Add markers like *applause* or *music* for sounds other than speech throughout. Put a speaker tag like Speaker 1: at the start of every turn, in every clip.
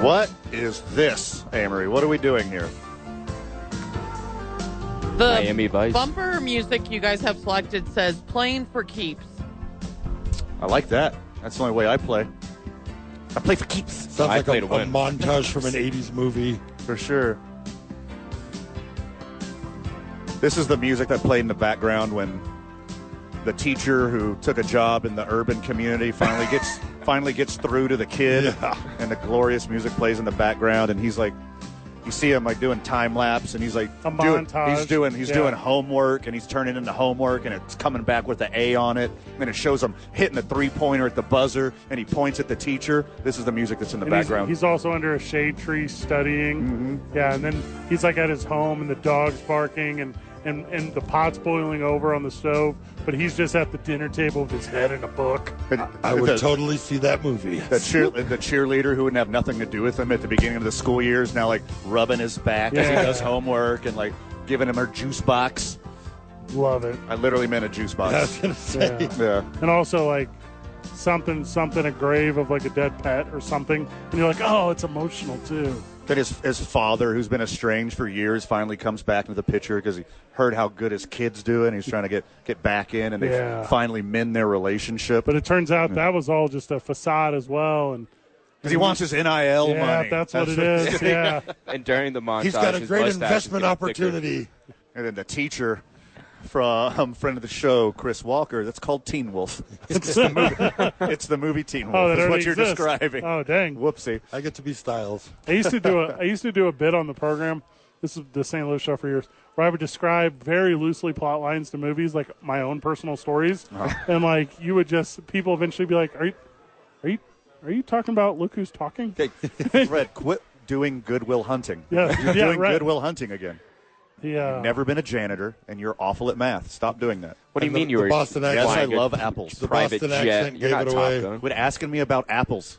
Speaker 1: What is this, Amory? What are we doing here?
Speaker 2: The
Speaker 3: Miami Vice.
Speaker 2: bumper music you guys have selected says "Playing for Keeps."
Speaker 1: I like that. That's the only way I play. I play for keeps,
Speaker 4: Sounds
Speaker 3: I
Speaker 4: like
Speaker 3: played
Speaker 4: a,
Speaker 3: a
Speaker 4: a
Speaker 3: win.
Speaker 4: montage from an 80s movie.
Speaker 1: for sure. This is the music that played in the background when the teacher who took a job in the urban community finally
Speaker 4: *laughs*
Speaker 1: gets finally gets through to the kid, and the glorious music plays in the background, and he's like. You see him like doing time lapse, and he's like
Speaker 5: A
Speaker 1: doing,
Speaker 5: montage.
Speaker 1: he's doing he's
Speaker 5: Yeah.
Speaker 1: doing homework, and he's turning into homework, and it's coming back with the A on it, and it shows him hitting the three pointer at the buzzer, and he points at the teacher. This is the music that's in the
Speaker 5: And he's-
Speaker 1: background. Mm-hmm.
Speaker 5: He's, also under a shade tree studying. Yeah, and then he's like at his home, and the dog's barking, and, and and the pot's boiling over on the stove. But he's just at the dinner table with his head in a book.
Speaker 4: I would
Speaker 1: The-
Speaker 4: totally see that movie.
Speaker 1: The, cheer, the cheerleader who wouldn't have nothing to do with him at the beginning of the school year is now like rubbing his back as he
Speaker 5: Yeah.
Speaker 1: does homework and like giving him her juice box.
Speaker 5: Love it.
Speaker 1: I literally meant a juice
Speaker 5: *laughs*
Speaker 4: I was
Speaker 1: box.
Speaker 4: *laughs* gonna say.
Speaker 1: *laughs*
Speaker 5: Yeah.
Speaker 1: yeah.
Speaker 5: and also like something, something, a grave of like a dead pet or something. And you're like, oh, it's emotional too.
Speaker 1: Then his, his father, who's been estranged for years, finally comes back into the picture because he heard how good his kids do and he's trying to get, get back in and they
Speaker 5: Yeah.
Speaker 1: finally mend their relationship.
Speaker 5: But it turns out that was all just a facade as well. And
Speaker 1: Because he wants his NIL money.
Speaker 5: yeah, that's, what
Speaker 1: *laughs*
Speaker 5: it is. yeah.
Speaker 3: And during the montage,
Speaker 4: He's got a
Speaker 3: his
Speaker 4: great
Speaker 3: mustache is
Speaker 4: investment
Speaker 3: getting thicker.
Speaker 4: opportunity.
Speaker 1: And then the teacher from *laughs* friend of the show, Chris Walker, that's called Teen Wolf. *laughs* It's the movie, it's the movie Teen Wolf.
Speaker 5: Oh,
Speaker 1: is
Speaker 5: that
Speaker 1: what
Speaker 5: already
Speaker 1: you're
Speaker 5: exists.
Speaker 1: describing.
Speaker 5: Oh, dang. *laughs*
Speaker 1: Whoopsie.
Speaker 4: I get to be Styles.
Speaker 5: I used to do a I used to do a bit on the program. This is the St. Louis show for years, where I would describe very loosely plot lines to movies, like my own personal stories,
Speaker 1: Uh-huh.
Speaker 5: and like you would just people eventually be like, "Are you, are you, are you talking about look who's talking?"
Speaker 1: Okay, Fred, quit doing Goodwill Hunting.
Speaker 5: Yeah,
Speaker 1: You're
Speaker 5: yeah,
Speaker 1: doing
Speaker 5: right.
Speaker 1: Goodwill Hunting again.
Speaker 5: Yeah,
Speaker 1: Never been a janitor, and you're awful at math. Stop doing that.
Speaker 3: What do you
Speaker 4: And the-
Speaker 3: mean you
Speaker 4: the
Speaker 3: were
Speaker 4: Boston
Speaker 3: flying
Speaker 1: Yes,
Speaker 4: accent.
Speaker 1: I
Speaker 3: a
Speaker 1: love apples.
Speaker 4: The
Speaker 3: private
Speaker 4: Boston
Speaker 3: jet?
Speaker 4: accent
Speaker 3: You're
Speaker 4: gave
Speaker 3: not
Speaker 4: it
Speaker 3: Top
Speaker 4: away.
Speaker 3: Gun.
Speaker 1: Quit asking me about apples.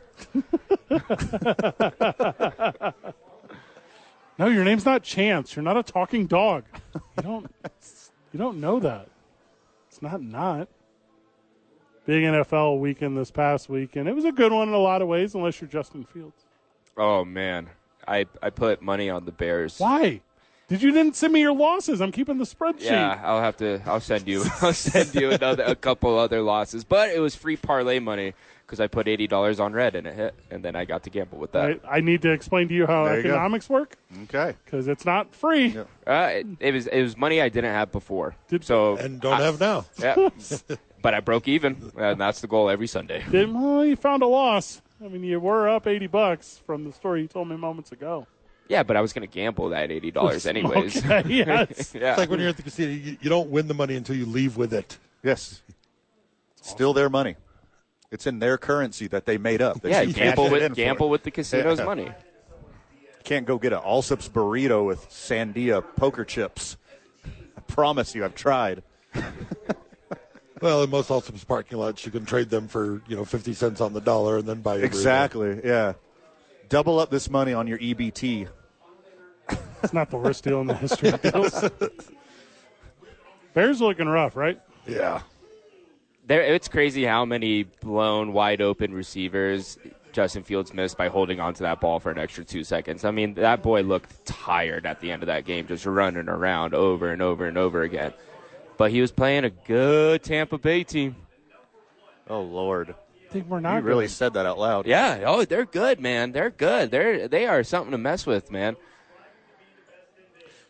Speaker 5: no, your name's not Chance. You're not a talking dog. You don't, you don't know that. It's not not. Big NFL weekend this past weekend. It was a good one in a lot of ways, unless you're Justin Fields.
Speaker 3: Oh man, I I put money on the Bears.
Speaker 5: Why? Did you didn't send me your losses? I'm keeping the spreadsheet.
Speaker 3: Yeah, I'll have to. I'll send you. *laughs* I'll send you another a couple other losses, but it was free parlay money because I put eighty dollars on red and it hit, and then I got to gamble with that.
Speaker 5: I, I need to explain to you how
Speaker 1: There you go.
Speaker 5: economics work
Speaker 1: Okay.
Speaker 5: because it's not free.
Speaker 3: Uh, it, it was it was money I didn't have before,
Speaker 5: Did-
Speaker 3: so
Speaker 4: And don't
Speaker 3: I-
Speaker 4: have now.
Speaker 3: *laughs* Yeah, but I broke even, and that's the goal every Sunday.
Speaker 5: Didn't- well, you found a loss. I mean, you were up 80 bucks from the story you told me moments ago.
Speaker 3: Yeah, but I was gonna gamble that eighty
Speaker 4: *laughs*
Speaker 3: dollars anyways. *laughs*
Speaker 5: Okay, *laughs* yes.
Speaker 3: Yeah.
Speaker 4: It's like when you're at the casino, you, you don't win the money until you leave with it.
Speaker 1: Yes. Still their money. It's in their currency that they made up. that
Speaker 3: yeah,
Speaker 1: you
Speaker 3: gamble
Speaker 1: cashed it in
Speaker 3: with
Speaker 1: for.
Speaker 3: gamble with the casino's
Speaker 1: Yeah.
Speaker 3: money.
Speaker 1: Can't go get an Allsup's burrito with Sandia poker chips. I promise you, I've tried.
Speaker 4: Well, in most Alstom's parking lots, you can trade them for you know fifty cents on the dollar and then buy your burrito.
Speaker 1: Exactly. Yeah. Double up this money on your E EBT.
Speaker 5: It's not the worst deal in the history of deals. Bears are looking rough, right?
Speaker 4: Yeah,
Speaker 3: There, it's crazy how many blown wide open receivers Justin Fields missed by holding onto that ball for an extra two seconds. I mean, that boy looked tired at the end of that game, just running around over and over and over again. But he was playing a good Tampa Bay team.
Speaker 1: Oh Lord,
Speaker 5: I think we're not.
Speaker 1: you really
Speaker 5: good.
Speaker 1: said that out loud.
Speaker 3: Yeah, oh, they're good, man. They're good. They're they are something to mess with, man.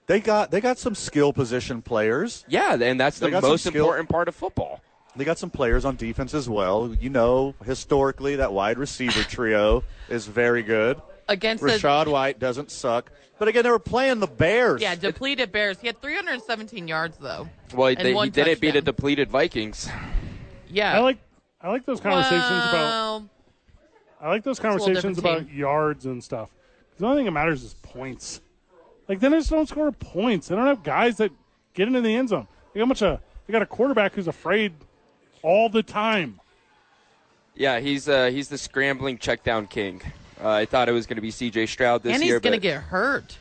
Speaker 1: They got they got some skill position players.
Speaker 3: Yeah, and that's
Speaker 1: They
Speaker 3: the
Speaker 1: got some
Speaker 3: most
Speaker 1: skill.
Speaker 3: important part of football.
Speaker 1: They got some players on *laughs* defense as well. You know, historically that wide receiver trio is very good.
Speaker 2: against the
Speaker 1: Rashad White doesn't suck. But again, they were playing the Bears.
Speaker 2: yeah depleted Bears. He had 317 yards though.
Speaker 3: Well,
Speaker 2: And
Speaker 3: they,
Speaker 2: one
Speaker 3: he didn't beat a
Speaker 2: touchdown.
Speaker 3: depleted Vikings.
Speaker 2: Yeah,
Speaker 5: I like I like those conversations about
Speaker 2: Well,
Speaker 5: I like those
Speaker 2: a little
Speaker 5: conversations
Speaker 2: different
Speaker 5: about yards and stuff. 'Cause The only thing that matters is points. Like they just don't score points. They don't have guys that get into the end zone. They got much a they got a quarterback who's afraid all the time.
Speaker 3: Yeah, he's uh, he's the scrambling check down king. Uh, I thought it was going to be C.J. Stroud this
Speaker 2: and
Speaker 3: year,
Speaker 2: he's gonna
Speaker 3: but
Speaker 2: get hurt.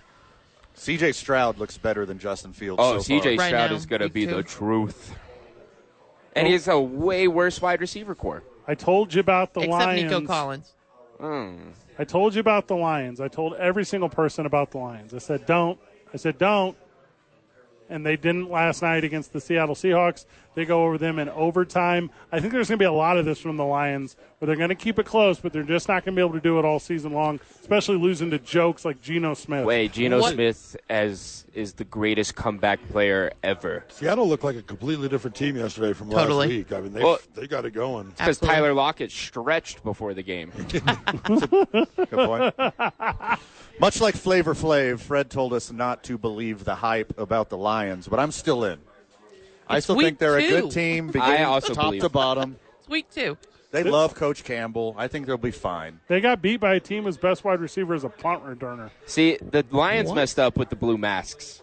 Speaker 1: C.J. Stroud looks better than Justin Fields.
Speaker 3: oh,
Speaker 1: so
Speaker 3: C.J.
Speaker 1: far.
Speaker 2: Right
Speaker 3: Stroud
Speaker 2: now,
Speaker 3: is going to
Speaker 2: week
Speaker 3: be
Speaker 2: two.
Speaker 3: the truth. Oh. And he's a way worse wide receiver core.
Speaker 5: I told you about the
Speaker 2: Except
Speaker 5: Lions.
Speaker 2: Nico Collins.
Speaker 5: I told you about the Lions. I told every single person about the Lions. I said don't. I said don't. And they didn't last night against the Seattle Seahawks. They go over them in overtime. I think there's going to be a lot of this from the Lions where they're going to keep it close, but they're just not going to be able to do it all season long, especially losing to jokes like Geno Smith.
Speaker 3: Wait, Geno
Speaker 2: What-
Speaker 3: Smith as is the greatest comeback player ever.
Speaker 4: Seattle looked like a completely different team yesterday from
Speaker 2: Totally.
Speaker 4: last week. I mean, they
Speaker 3: Well-
Speaker 4: they got it going.
Speaker 3: Because
Speaker 2: Absolutely.
Speaker 3: Tyler Lockett stretched before the *laughs* game.
Speaker 1: Good point. Much like Flavor Flav, Fred told us not to believe the hype about the Lions, but I'm still in. I
Speaker 2: It's
Speaker 1: still
Speaker 2: week
Speaker 1: think they're a
Speaker 2: two.
Speaker 1: good team, beginning
Speaker 3: I also
Speaker 1: top
Speaker 3: believe
Speaker 1: to
Speaker 3: it.
Speaker 1: bottom.
Speaker 3: *laughs*
Speaker 2: It's week two.
Speaker 1: They love Coach Campbell. I think they'll be fine.
Speaker 5: They got beat by a team whose best wide receiver is a punt returner.
Speaker 3: See, the Lions messed up with the blue masks.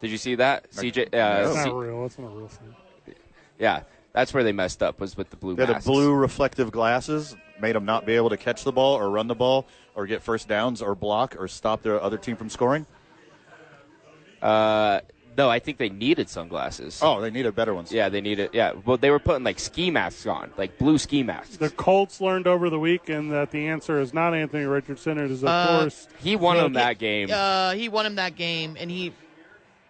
Speaker 3: Did you see that? CJ, uh,
Speaker 5: That's
Speaker 3: C-
Speaker 5: not real. That's not a real thing.
Speaker 3: yeah, that's where they messed up was with the blue
Speaker 1: Yeah, the
Speaker 3: masks.
Speaker 1: blue reflective glasses made them not be able to catch the ball or run the ball or get first downs or block or stop their other team from scoring.
Speaker 3: No, I think they needed sunglasses.
Speaker 1: Oh, they need a better one.
Speaker 3: Yeah, they needed. Yeah, well, they were putting like ski masks on, like blue ski masks.
Speaker 5: The Colts learned over the weekend that the answer is not Anthony Richardson. It is, of course,
Speaker 3: He won them that game.
Speaker 2: Uh, he won him that game, and he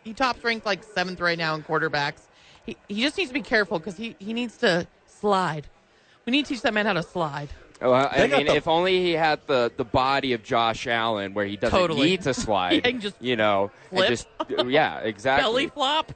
Speaker 2: he tops ranked like seventh right now in quarterbacks. He he just needs to be careful because he he needs to slide. We need to teach that man how to slide.
Speaker 3: Oh, I I
Speaker 1: got
Speaker 3: mean,
Speaker 1: the-
Speaker 3: if only he had the, the body of Josh Allen, where he doesn't
Speaker 2: Totally.
Speaker 3: need to slide.
Speaker 2: Yeah, he just
Speaker 3: you know, and
Speaker 2: flip.
Speaker 3: just yeah, exactly.
Speaker 2: Belly flop.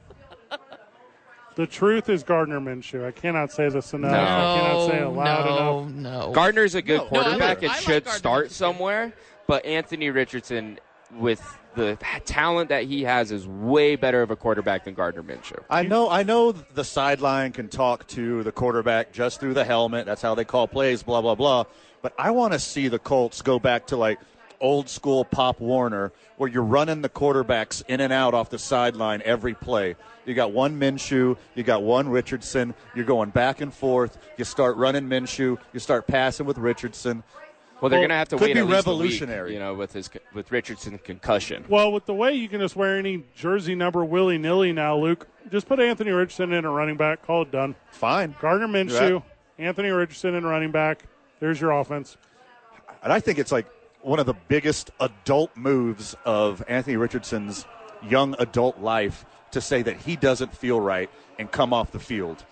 Speaker 5: The truth is Gardner Minshew. I cannot say this enough.
Speaker 3: No.
Speaker 5: I cannot say it loud
Speaker 2: no,
Speaker 5: enough.
Speaker 2: no.
Speaker 3: Gardner's a good
Speaker 1: No, no, I
Speaker 3: quarterback
Speaker 2: like- I
Speaker 3: and
Speaker 2: like
Speaker 3: should
Speaker 2: Gardner
Speaker 3: start
Speaker 2: Minshew.
Speaker 3: somewhere, but Anthony Richardson, with the talent that he has, is way better of a quarterback than Gardner Minshew.
Speaker 1: I know. I know the sideline can talk to the quarterback just through the helmet. That's how they call plays. Blah blah blah. But I want to see the Colts go back to like old school Pop Warner, where you're running the quarterbacks in and out off the sideline every play. You got one Minshew, you got one Richardson. You're going back and forth. You start running Minshew. You start passing with Richardson.
Speaker 3: Well, they're
Speaker 1: Well,
Speaker 3: gonna have to
Speaker 1: could
Speaker 3: wait
Speaker 1: be
Speaker 3: at least a week,
Speaker 1: revolutionary.
Speaker 3: you know, with his with Richardson's concussion.
Speaker 5: Well, with the way you can just wear any jersey number willy nilly now, Luke, just put Anthony Richardson in a running back. Call it done.
Speaker 1: Fine.
Speaker 5: Gardner
Speaker 1: Yeah.
Speaker 5: Minshew, Anthony Richardson in running back. There's your offense.
Speaker 1: And I think it's like one of the biggest adult moves of Anthony Richardson's young adult life to say that he doesn't feel right and come off the field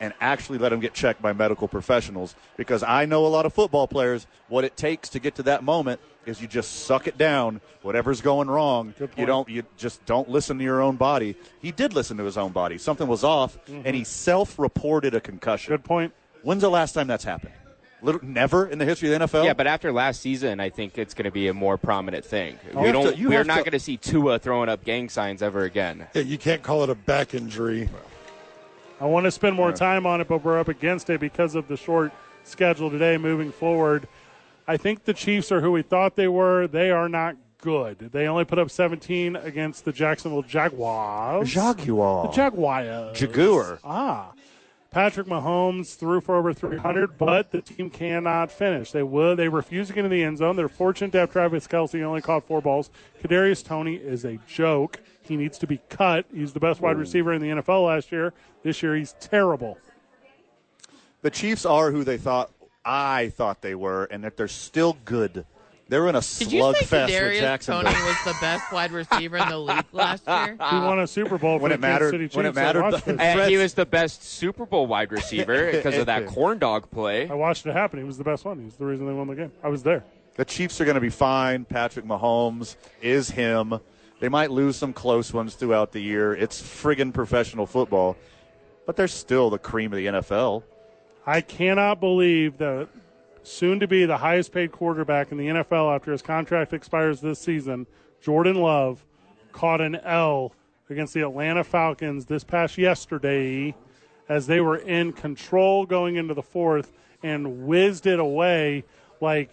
Speaker 1: and actually let him get checked by medical professionals because I know a lot of football players what it takes to get to that moment is you just suck it down whatever's going wrong you don't you just don't listen to your own body he did listen to his own body something was off and he self-reported a concussion
Speaker 5: Good point.
Speaker 1: when's the last time that's happened Little, never in the history of the NFL
Speaker 3: Yeah, but after last season, I think it's going to be a more prominent thing.
Speaker 1: have
Speaker 3: We don't.
Speaker 1: to- you
Speaker 3: we're
Speaker 1: have
Speaker 3: not
Speaker 1: to-
Speaker 3: going to see Tua throwing up gang signs ever again.
Speaker 4: Yeah, you can't call it a back injury.
Speaker 5: I want to spend more time on it, but we're up against it because of the short schedule today moving forward. I think the Chiefs are who we thought they were. They are not good. They only put up 17 against the Jacksonville Jaguars.
Speaker 1: Jaguar.
Speaker 5: The Jaguars.
Speaker 1: Jaguar.
Speaker 5: Ah. Patrick Mahomes threw for over 300, but the team cannot finish. They will. They refuse to get in the end zone. They're fortunate to have Travis Kelsey only caught four balls. Kadarius Tony is a joke. He needs to be cut. He's the best wide receiver in the NFL last year. This year he's terrible.
Speaker 1: The Chiefs are who they thought I thought they were, and that they're still good. They're in a
Speaker 2: Did you
Speaker 1: slugfest
Speaker 2: say
Speaker 1: with
Speaker 2: Kadarius Tony
Speaker 1: Jacksonville.
Speaker 2: was the best wide receiver in the league last
Speaker 3: *laughs*
Speaker 2: year?
Speaker 5: He won a Super Bowl
Speaker 1: Ah.
Speaker 5: for
Speaker 1: When
Speaker 5: the
Speaker 1: it mattered-
Speaker 5: Kansas City Chiefs.
Speaker 1: when it
Speaker 5: I
Speaker 1: mattered,
Speaker 5: watched
Speaker 1: the-
Speaker 3: And
Speaker 5: it.
Speaker 3: he
Speaker 1: Fred's-
Speaker 3: was the best Super Bowl wide receiver
Speaker 1: *laughs*
Speaker 3: because of that corn dog play.
Speaker 5: I watched it happen. He was the best one. He was the reason they won the game. I was there.
Speaker 1: the Chiefs are going to be fine. Patrick Mahomes is him. They might lose some close ones throughout the year. It's friggin' professional football, but they're still the cream of the NFL.
Speaker 5: I cannot believe that soon to be the highest paid quarterback in the NFL after his contract expires this season, Jordan Love, caught an L against the Atlanta Falcons this past yesterday as they were in control going into the fourth and whizzed it away like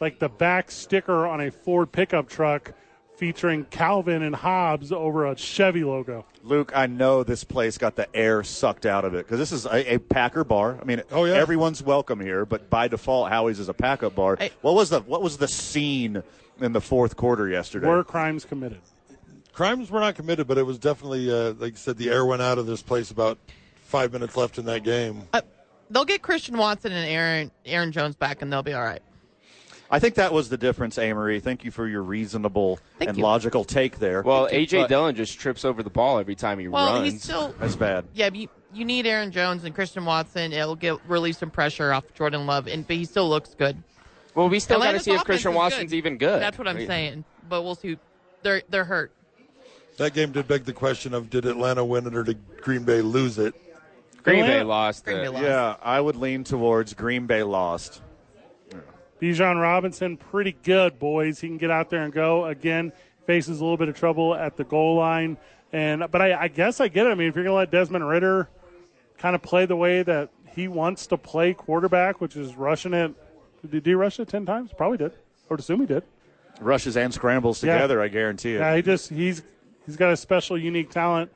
Speaker 5: like the back sticker on a Ford pickup truck featuring Calvin and Hobbs over a Chevy logo.
Speaker 1: Luke, I know this place got the air sucked out of it because this is a, a Packer bar. I mean,
Speaker 4: Oh, yeah.
Speaker 1: everyone's welcome here, but by default, Howie's is a Packer bar.
Speaker 2: I-
Speaker 1: what was the what was the scene in the fourth quarter yesterday?
Speaker 5: Were crimes committed?
Speaker 4: Crimes were not committed, but it was definitely, uh, like you said, the air went out of this place about five minutes left in that game.
Speaker 2: Uh, they'll get Christian Watson and Aaron Aaron Jones back, and they'll be all right.
Speaker 1: I think that was the difference, Amory. Thank you for your reasonable
Speaker 2: Thank
Speaker 1: and
Speaker 2: you.
Speaker 1: logical take there.
Speaker 3: Well, AJ
Speaker 1: But
Speaker 3: Dillon just trips over the ball every time he
Speaker 2: Well,
Speaker 3: runs.
Speaker 2: he's still
Speaker 1: that's bad.
Speaker 2: yeah. But you, you need Aaron Jones and Christian Watson. It'll get release some pressure off Jordan Love, and but he still looks good.
Speaker 3: well, we still got to
Speaker 2: Atlanta's
Speaker 3: see if
Speaker 2: offense
Speaker 3: Christian
Speaker 2: is
Speaker 3: Watson's even good.
Speaker 2: That's what
Speaker 3: I
Speaker 2: I'm
Speaker 3: mean,
Speaker 2: saying. But we'll see. They're they're hurt.
Speaker 4: That game did beg the question of did Atlanta win it or did Green Bay lose it?
Speaker 3: Green Bay
Speaker 5: Atlanta-
Speaker 3: lost.
Speaker 2: Green
Speaker 3: it.
Speaker 2: Bay lost.
Speaker 1: Yeah, I would lean towards Green Bay lost.
Speaker 5: Bijan Robinson, pretty good, boys. He can get out there and go. Again, faces a little bit of trouble at the goal line, and but I, I guess I get it. I mean, if you're gonna let Desmond Ritter kind of play the way that he wants to play quarterback, which is rushing it, did he rush it ten times? Probably did. I would assume he did.
Speaker 1: Rushes and scrambles
Speaker 5: Yeah.
Speaker 1: together, I guarantee it.
Speaker 5: Yeah, he just he's he's got a special, unique talent.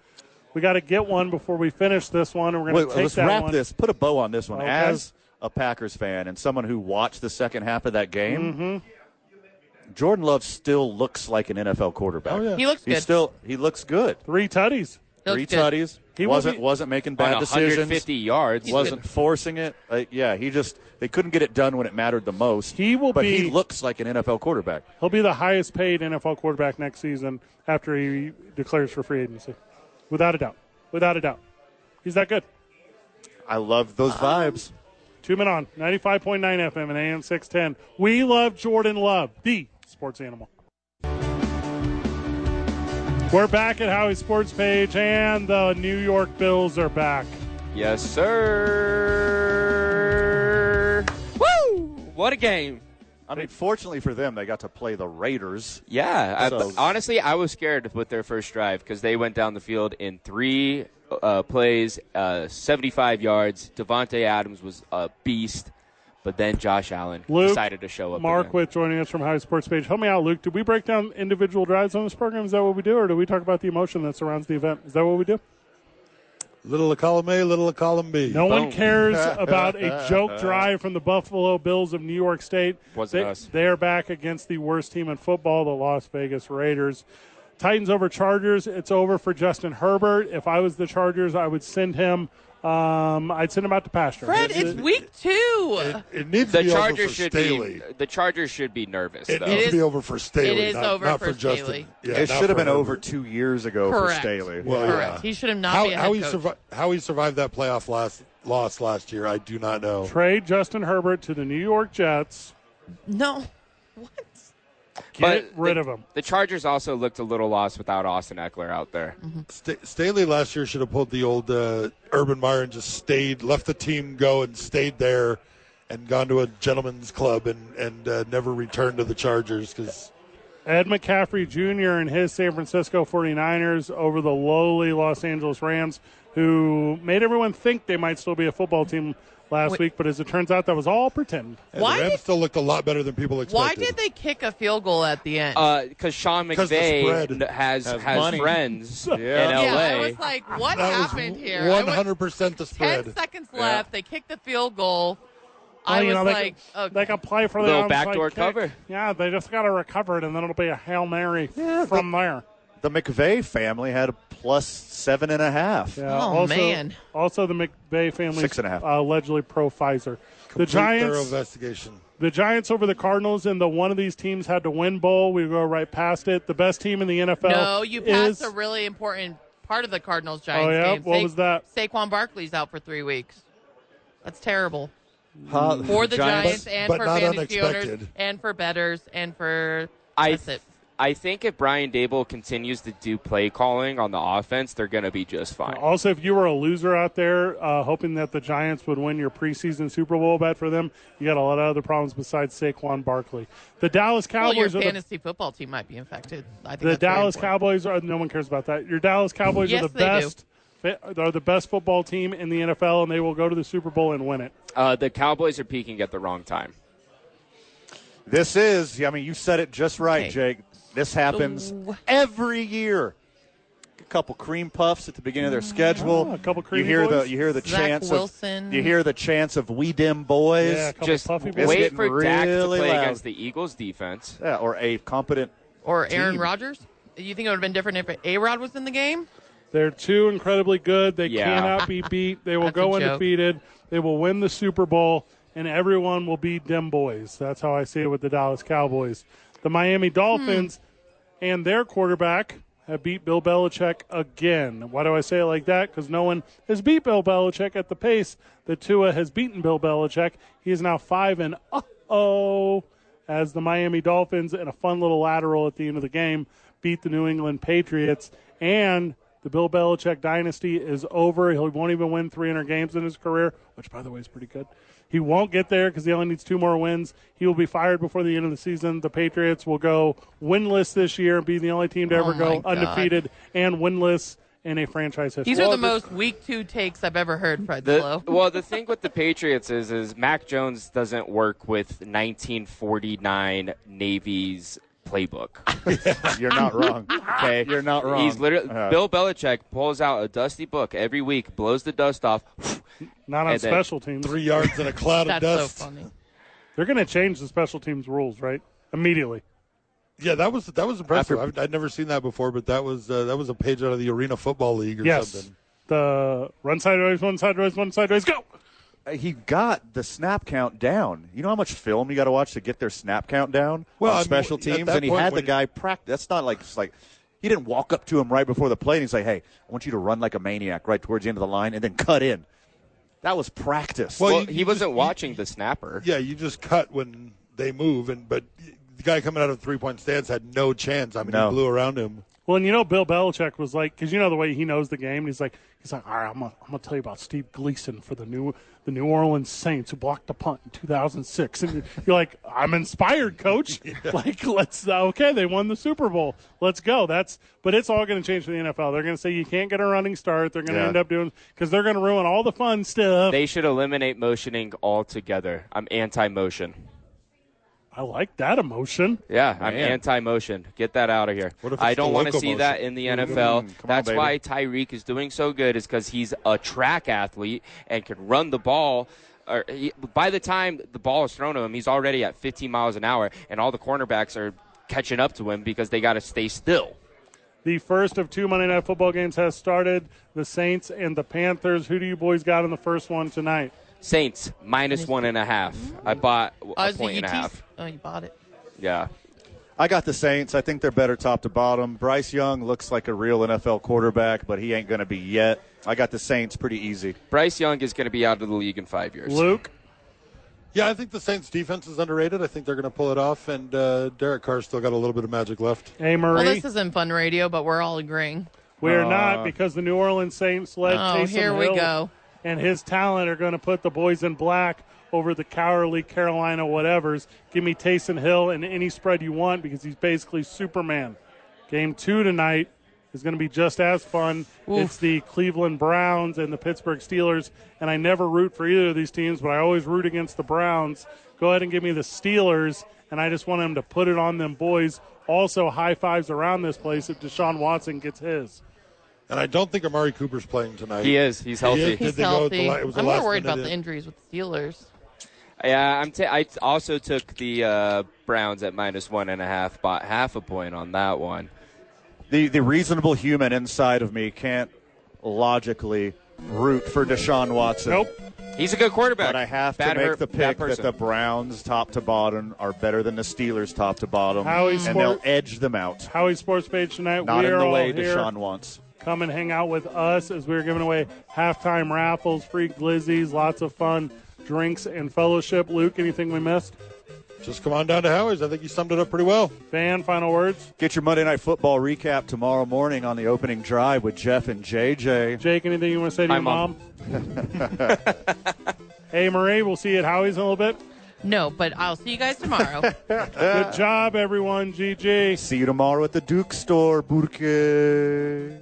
Speaker 5: We got to get one before we finish this one, and we're gonna
Speaker 1: Wait,
Speaker 5: take
Speaker 1: let's
Speaker 5: that
Speaker 1: wrap
Speaker 5: one.
Speaker 1: this. Put a bow on this one.
Speaker 5: Okay.
Speaker 1: As a Packers fan and someone who watched the second half of that game,
Speaker 5: Mm-hmm.
Speaker 1: Jordan Love still looks like an NFL quarterback.
Speaker 4: Oh, yeah.
Speaker 2: He looks
Speaker 1: He's
Speaker 2: good.
Speaker 1: still he looks good.
Speaker 5: Three tutties.
Speaker 2: He
Speaker 1: Three
Speaker 2: looks good.
Speaker 1: tutties.
Speaker 5: He will
Speaker 1: wasn't
Speaker 5: be-
Speaker 1: wasn't making
Speaker 3: On
Speaker 1: bad decisions.
Speaker 3: 150 yards.
Speaker 1: wasn't forcing it. Like, yeah, he just they couldn't get it done when it mattered the most.
Speaker 5: He will
Speaker 1: but
Speaker 5: be-
Speaker 1: he looks like an NFL quarterback.
Speaker 5: He'll be the highest paid NFL quarterback next season after he declares for free agency. Without a doubt. Without a doubt. He's that good.
Speaker 1: I love those vibes.
Speaker 5: Two men on 95.9 FM and AM 610. We love Jordan Love, the sports animal. We're back at Howie Sports Page, and the New York Bills are back.
Speaker 3: Yes, sir. Woo! What a game.
Speaker 1: I mean, fortunately for them, they got to play the Raiders.
Speaker 3: Yeah. I-
Speaker 1: So-
Speaker 3: honestly, I was scared with their first drive because they went down the field in three uh, plays, uh, 75 yards. Devontae Adams was a beast, but then Josh Allen
Speaker 5: Luke,
Speaker 3: decided to show up.
Speaker 5: Mark
Speaker 3: again.
Speaker 5: with joining us from Howie Sports Page. Help me out, Luke. Did we break down individual drives on this program? Is that what we do, or do we talk about the emotion that surrounds the event? Is that what we do?
Speaker 4: Little of column A, little of column B.
Speaker 5: No one cares
Speaker 3: *laughs*
Speaker 5: about a joke drive from the Buffalo Bills of New York State.
Speaker 3: Wasn't
Speaker 5: they,
Speaker 3: us.
Speaker 5: They're back against the worst team in football, the Las Vegas Raiders. Titans over Chargers. It's over for Justin Herbert. If I was the Chargers, I would send him. Um, I'd send him out to pasture.
Speaker 2: Fred, it's week two.
Speaker 4: It needs to
Speaker 3: the
Speaker 4: be
Speaker 3: Chargers
Speaker 4: over for
Speaker 3: should
Speaker 4: Staley.
Speaker 3: be the Chargers should be nervous
Speaker 4: It
Speaker 3: though.
Speaker 4: needs
Speaker 2: It
Speaker 4: to be
Speaker 2: is-
Speaker 4: over for Staley.
Speaker 2: it is
Speaker 4: not,
Speaker 2: over
Speaker 4: not
Speaker 2: for
Speaker 4: for,
Speaker 2: Staley.
Speaker 4: Justin. Yeah,
Speaker 1: it
Speaker 4: not
Speaker 1: should have
Speaker 4: for
Speaker 1: been over
Speaker 4: Herbert.
Speaker 1: two years ago
Speaker 2: Correct.
Speaker 1: for Staley.
Speaker 4: Well,
Speaker 2: Correct.
Speaker 4: yeah.
Speaker 2: He should have not
Speaker 4: how,
Speaker 2: been a head
Speaker 4: how he
Speaker 2: coach.
Speaker 4: survived how he survived that playoff last loss last year. I do not know.
Speaker 5: Trade Justin Herbert to the New York Jets.
Speaker 2: no, *laughs* what?
Speaker 5: Get
Speaker 3: But
Speaker 5: rid
Speaker 3: the-
Speaker 5: of him.
Speaker 3: The Chargers also looked a little lost without Austin Eckler out there.
Speaker 2: Mm-hmm.
Speaker 4: Sta Staley last year should have pulled the old uh, Urban Meyer and just stayed, left the team go and stayed there, and gone to a gentleman's club and and uh, never returned to the Chargers because
Speaker 5: Ed McCaffrey Jr. and his San Francisco 49ers over the lowly Los Angeles Rams, who made everyone think they might still be a football team last
Speaker 2: Wait.
Speaker 5: week, but as it turns out, that was all pretend.
Speaker 2: Why
Speaker 4: the Rams
Speaker 2: did-
Speaker 4: still looked a lot better than people expected.
Speaker 2: Why did they kick a field goal at the end?
Speaker 3: Because Uh, Sean
Speaker 4: 'Cause the
Speaker 3: McVay
Speaker 4: spread
Speaker 3: n- has has,
Speaker 1: money.
Speaker 3: friends in
Speaker 1: Yeah,
Speaker 2: yeah, I
Speaker 3: LA.
Speaker 2: was like, what
Speaker 4: That
Speaker 2: happened here? I
Speaker 4: One
Speaker 2: went-
Speaker 4: hundred percent the
Speaker 2: Ten
Speaker 4: spread.
Speaker 2: seconds left. They kicked the field goal.
Speaker 5: Oh,
Speaker 2: I
Speaker 5: you
Speaker 2: was
Speaker 5: know, they
Speaker 2: like,
Speaker 5: could,
Speaker 2: okay.
Speaker 5: they could play for the
Speaker 3: Little
Speaker 5: onside
Speaker 3: backdoor
Speaker 5: kick.
Speaker 3: cover.
Speaker 5: Yeah, they just got to recover it, and then it'll be a hail mary from there.
Speaker 1: The McVeigh family had a plus seven and a half.
Speaker 5: Yeah,
Speaker 2: Oh,
Speaker 5: also,
Speaker 2: man.
Speaker 5: Also, the McVay family
Speaker 1: Six and a half.
Speaker 5: allegedly pro Pfizer. The
Speaker 4: Complete Thorough
Speaker 5: Giants,
Speaker 4: investigation.
Speaker 5: the Giants over the Cardinals, and the one of these teams had to win bowl. We go right past it. The best team in the NFL.
Speaker 2: no, you passed
Speaker 5: is-
Speaker 2: a really important part of the Cardinals Giants
Speaker 5: Oh, yeah?
Speaker 2: game.
Speaker 5: What was that?
Speaker 2: Saquon Barkley's out for three weeks. That's terrible
Speaker 1: Huh,
Speaker 2: for the
Speaker 1: Giants-
Speaker 2: Giants, and
Speaker 4: but
Speaker 2: for
Speaker 4: not
Speaker 2: fantasy owners
Speaker 4: unexpected.
Speaker 2: and for betters and for
Speaker 3: I
Speaker 2: that's it.
Speaker 3: I think if Brian Dable continues to do play calling on the offense, they're going to be just fine.
Speaker 5: Also, if you were a loser out there uh, hoping that the Giants would win your preseason Super Bowl bet for them, you got a lot of other problems besides Saquon Barkley. The Dallas
Speaker 2: Well, your
Speaker 5: Cowboys are the,
Speaker 2: fantasy football team might be infected. I think
Speaker 5: the
Speaker 2: that's very
Speaker 5: Dallas
Speaker 2: important.
Speaker 5: Cowboys are no one cares about that. Your Dallas Cowboys
Speaker 2: Yes,
Speaker 5: are the
Speaker 2: they do.
Speaker 5: best. They are the best football team in the NFL, and they will go to the Super Bowl and win it.
Speaker 3: Uh, the Cowboys are peaking at the wrong time.
Speaker 1: This is, I mean, you said it just right,
Speaker 2: Hey.
Speaker 1: Jake. This happens every year. A couple cream puffs at the beginning of their schedule.
Speaker 5: Ah, a couple
Speaker 1: you
Speaker 5: creamy
Speaker 1: hear
Speaker 5: boys.
Speaker 1: the you hear the
Speaker 2: Zach
Speaker 1: chance
Speaker 2: Wilson.
Speaker 1: of you hear the chance of we dim boys.
Speaker 5: Yeah, a couple
Speaker 3: Just
Speaker 5: puffy boys.
Speaker 1: It's
Speaker 3: wait
Speaker 1: getting
Speaker 3: for Dak to
Speaker 1: really
Speaker 3: play
Speaker 1: loud.
Speaker 3: against the Eagles defense.
Speaker 1: Yeah, or a competent.
Speaker 2: or Aaron
Speaker 1: team.
Speaker 2: Rodgers. You think it would have been different if A Rod was in the game?
Speaker 5: They're two incredibly good. They
Speaker 3: Yeah.
Speaker 5: cannot be beat. They will
Speaker 2: That's
Speaker 5: go
Speaker 2: a joke.
Speaker 5: undefeated. They will win the Super Bowl, and everyone will be dim boys. That's how I see it with the Dallas Cowboys. The Miami Dolphins
Speaker 2: Hmm.
Speaker 5: and their quarterback have beat Bill Belichick again. Why do I say it like that? Because no one has beat Bill Belichick at the pace that Tua has beaten Bill Belichick. He is now five and oh as the Miami Dolphins in a fun little lateral at the end of the game beat the New England Patriots and the Bill Belichick dynasty is over. He won't even win 300 games in his career, which, by the way, is pretty good. He won't get there because he only needs two more wins. He will be fired before the end of the season. The Patriots will go winless this year and be the only team to ever
Speaker 2: Oh my
Speaker 5: go
Speaker 2: God.
Speaker 5: undefeated and winless in a franchise history.
Speaker 2: These are the most week two takes I've ever heard, Fred
Speaker 3: The,
Speaker 4: *laughs*
Speaker 2: Slow.
Speaker 3: *laughs* well, the thing with the Patriots is, is Mac Jones doesn't work with 1949 Navy's playbook.
Speaker 1: You're not wrong.
Speaker 3: Okay,
Speaker 1: You're not wrong.
Speaker 3: He's literally
Speaker 1: Uh,
Speaker 3: Bill Belichick pulls out a dusty book every week, blows the dust off.
Speaker 5: Not on
Speaker 3: and then-
Speaker 5: special teams.
Speaker 4: Three yards in a cloud
Speaker 2: *laughs*
Speaker 4: of
Speaker 2: That's
Speaker 4: dust.
Speaker 2: so funny.
Speaker 5: They're going to change the special teams rules, right? Immediately.
Speaker 4: Yeah, that was that was impressive.
Speaker 1: After-
Speaker 4: I've, I'd never seen that before, but that was uh, that was a page out of the Arena Football League or
Speaker 5: yes.
Speaker 4: something.
Speaker 5: The run sideways, one sideways, one sideways, go!
Speaker 1: he got the snap count down. You know how much film you got to watch to get their snap count down
Speaker 4: Well,
Speaker 1: on
Speaker 4: I mean,
Speaker 1: special
Speaker 4: at
Speaker 1: teams,
Speaker 4: that
Speaker 1: and he
Speaker 4: point
Speaker 1: had the
Speaker 4: when-
Speaker 1: guy practice. That's not like just like he didn't walk up to him right before the play and he's like, "Hey, I want you to run like a maniac right towards the end of the line and then cut in." That was practice.
Speaker 4: Well,
Speaker 3: Well,
Speaker 4: you-
Speaker 3: he
Speaker 4: you
Speaker 3: wasn't
Speaker 4: just-
Speaker 3: watching the snapper.
Speaker 4: Yeah, you just cut when they move, and but the guy coming out of three point stance had no chance. I mean,
Speaker 1: No.
Speaker 4: he blew around him.
Speaker 5: Well, and you know, Bill Belichick was like, because you know the way he knows the game. He's like, he's like, all right, I'm gonna, I'm gonna tell you about Steve Gleason for the new the New Orleans Saints who blocked the punt in 2006. And *laughs* you're like, I'm inspired, Coach. Like, let's uh, okay, they won the Super Bowl. Let's go. That's but it's all going to change for the NFL. They're going to say you can't get a running start. They're going to
Speaker 1: Yeah.
Speaker 5: end up doing because they're going to ruin all the fun stuff.
Speaker 3: They should eliminate motioning altogether. I'm anti-motion.
Speaker 5: I like that emotion.
Speaker 3: Yeah, I'm
Speaker 1: Man.
Speaker 3: anti-motion. Get that out of here.
Speaker 4: What if
Speaker 3: I
Speaker 4: it's
Speaker 3: don't
Speaker 4: the
Speaker 3: want to
Speaker 4: local Mm-hmm.
Speaker 3: see that in the NFL.
Speaker 1: Mm, come on,
Speaker 3: That's
Speaker 1: baby.
Speaker 3: why Tyreek is doing so good is cuz he's a track athlete and can run the ball. Or he, by the time the ball is thrown to him, he's already at 15 miles an hour and all the cornerbacks are catching up to him because they got to stay still.
Speaker 5: The first of two Monday Night Football games has started. The Saints and the Panthers. Who do you boys got in the first one tonight?
Speaker 3: Saints minus one and a half. I bought w-
Speaker 2: Oh,
Speaker 3: a
Speaker 2: is it
Speaker 3: point and a
Speaker 2: ET?
Speaker 3: half.
Speaker 2: Oh, you bought it.
Speaker 3: Yeah.
Speaker 1: I got the Saints. I think they're better top to bottom. Bryce Young looks like a real NFL quarterback, but he ain't going to be yet. I got the Saints pretty easy.
Speaker 3: Bryce Young is going to be out of the league in five years.
Speaker 5: Luke.
Speaker 4: Yeah, I think the Saints' defense is underrated. I think they're going to pull it off, and uh, Derek Carr still got a little bit of magic left.
Speaker 5: Hey, Marie.
Speaker 2: Well, this isn't fun radio, but we're all agreeing.
Speaker 5: We're not because the New Orleans Saints led
Speaker 2: Oh,
Speaker 5: Taysom
Speaker 2: here we
Speaker 5: Hill
Speaker 2: go.
Speaker 5: and his talent are going to put the boys in black over the cowardly Carolina whatevers. Give me Taysom Hill in any spread you want because he's basically Superman. Game two tonight is going to be just as fun. It's the Cleveland Browns and the Pittsburgh Steelers, and I never root for either of these teams, but I always root against the Browns. Go ahead and give me the Steelers, and I just want them to put it on them boys. Also, high fives around this place if Deshaun Watson gets his.
Speaker 4: And I don't think Amari Cooper's playing tonight.
Speaker 3: He is. He's
Speaker 4: He is.
Speaker 3: healthy.
Speaker 4: Did
Speaker 2: He's
Speaker 4: they go with the
Speaker 2: healthy.
Speaker 4: la- it was the
Speaker 2: I'm more
Speaker 4: last
Speaker 2: worried about
Speaker 4: minute
Speaker 2: the
Speaker 4: in.
Speaker 2: injuries with the Steelers.
Speaker 3: Yeah, I'm. T- I t- also took the uh, Browns at minus one and a half. Bought half a point on that one.
Speaker 1: The the reasonable human inside of me can't logically root for Deshaun Watson.
Speaker 5: Nope.
Speaker 3: He's a good quarterback.
Speaker 1: But I have to
Speaker 3: Bad
Speaker 1: make
Speaker 3: her-
Speaker 1: the
Speaker 3: bad
Speaker 1: pick that
Speaker 3: person.
Speaker 1: the Browns top to bottom are better than the Steelers top to bottom,
Speaker 5: Howie
Speaker 1: and
Speaker 5: Sport-
Speaker 1: they'll edge them out.
Speaker 5: Howie Sports Page tonight.
Speaker 1: Not
Speaker 5: we
Speaker 1: in
Speaker 5: are
Speaker 1: the
Speaker 5: all
Speaker 1: way
Speaker 5: here.
Speaker 1: Deshaun wants.
Speaker 5: Come and hang out with us as we're giving away halftime raffles, free glizzies, lots of fun drinks and fellowship. Luke, anything we missed?
Speaker 4: Just come on down to Howard's. I think you summed it up pretty well.
Speaker 5: Van, final words.
Speaker 1: Get your Monday Night Football recap tomorrow morning on the opening drive with Jeff and JJ.
Speaker 5: Jake, anything you want to say to
Speaker 3: Hi,
Speaker 5: your mom?
Speaker 3: Mom.
Speaker 5: *laughs* hey, Marie, we'll see you at Howie's in a little bit.
Speaker 2: No, but I'll see you guys
Speaker 4: *laughs*
Speaker 2: tomorrow.
Speaker 5: Good job, everyone. GG.
Speaker 1: See you tomorrow at the Duke store, Burke.